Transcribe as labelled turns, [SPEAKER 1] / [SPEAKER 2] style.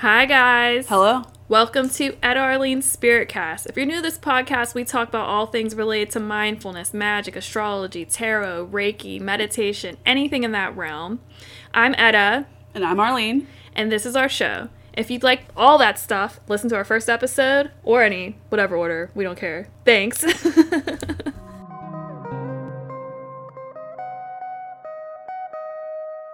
[SPEAKER 1] Hi, guys.
[SPEAKER 2] Hello.
[SPEAKER 1] Welcome to Ed Arlene's Spirit Cast. If you're new to this podcast, we talk about all things related to mindfulness, magic, astrology, tarot, Reiki, meditation, anything in that realm. I'm Etta,
[SPEAKER 2] And I'm Arlene.
[SPEAKER 1] and this is our show. If you'd like all that stuff, listen to our first episode or any, whatever order, we don't care. Thanks.